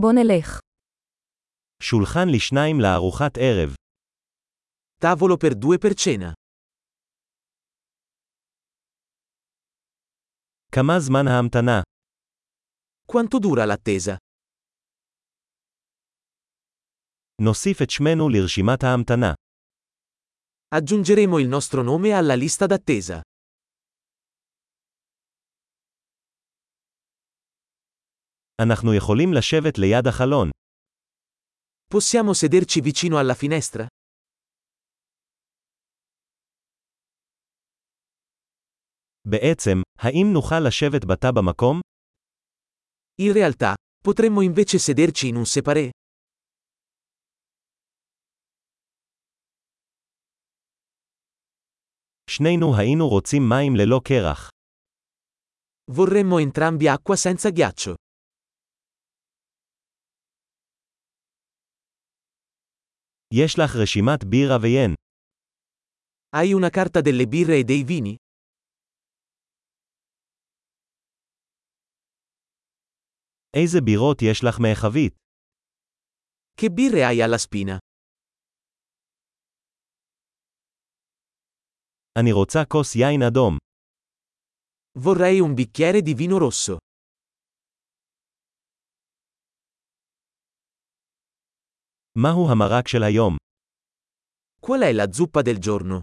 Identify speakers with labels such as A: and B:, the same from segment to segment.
A: בוא נלך.
B: שולחן לשניים לארוחת ערב.
C: Tavolo per due per cena.
B: כמה זמן ההמתנה?
C: Quanto dura l'attesa?
B: נוסיף את שמנו לרשימת ההמתנה.
C: Aggiungeremo il nostro nome alla lista d'attesa.
B: אנחנו יכולים לשבת ליד החלון.
C: Possiamo sederci vicino alla finestra?
B: בעצם, האם נוכל לשבת בתא במקום?
C: In realtà, potremmo invece sederci in un separé.
B: שנינו היינו רוצים מים ללא קרח.
C: Vorremmo entrambi acqua senza ghiaccio.
B: יש לך רשימת בירה ויין.
C: Hai una carta delle birre e dei vini?
B: איזה בירות יש לך מהחבית?
C: Che birre hai alla spina?
B: אני רוצה כוס יין אדום.
C: Vorrei un bicchiere di vino rosso.
B: מהו המרק של היום?
C: Qual è la zuppa del giorno?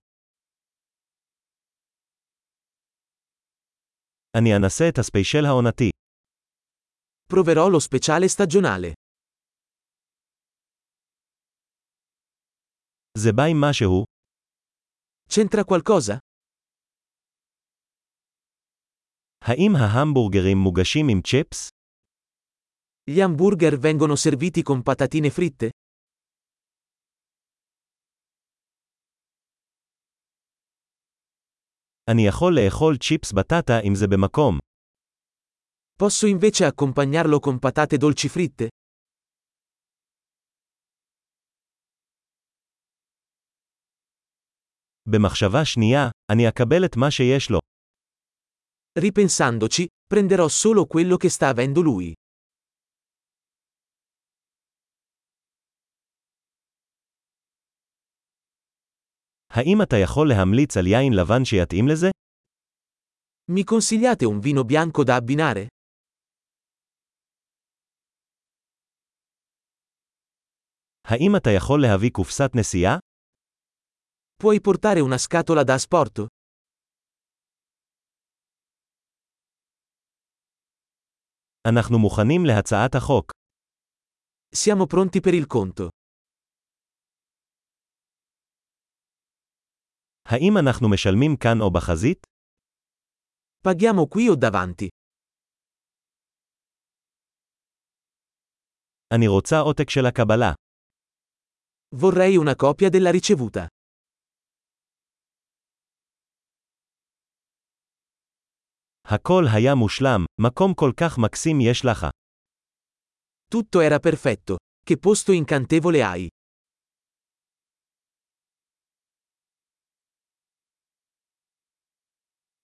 B: אני אנסה את הספיישל העונתי.
C: Proverò lo speciale stagionale.
B: זה בא עם משהו?
C: C'entra qualcosa?
B: האם ההמבורגרים מוגשים עם צ'יפס?
C: Gli hamburger vengono serviti con patatine fritte?
B: אני יכול לאכול צ'יפס בטטה אם זה במקום.
C: Posso invece accompagnarlo con patate dolci fritte?
B: במחשבה שנייה, אני אקבל את מה שיש לו.
C: Ripensandoci, prenderò solo quello che sta avendo lui.
B: האם אתה יכול להמליץ על יין לבן שיתאים לזה?
C: Mi consigliate un vino bianco da abbinare?
B: האם אתה יכול להביא קופסת נסיעה?
C: Puoi portare una scatola da asporto?
B: אנחנו מוכנים להצעת החוק.
C: Siamo pronti per il conto.
B: האם אנחנו משלמים כאן או בחזית?
C: Paghiamo qui o davanti?
B: אני רוצה עותק של הקבלה.
C: Vorrei una copia della ricevuta.
B: הכל היה מושלם, מקום כל כך מקסים יש לך.
C: Tutto era perfetto. Che posto incantevole hai!